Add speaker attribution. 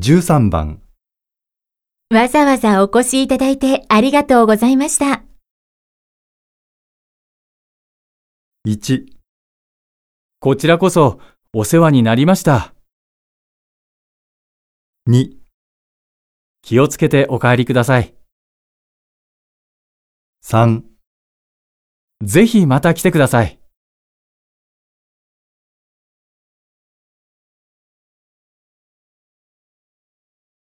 Speaker 1: 13番、
Speaker 2: わざわざお越しいただいてありがとうございました。
Speaker 1: 1、
Speaker 3: こちらこそお世話になりました。
Speaker 1: 2、
Speaker 3: 気をつけてお帰りください。
Speaker 1: 3
Speaker 3: ぜひまた来てください。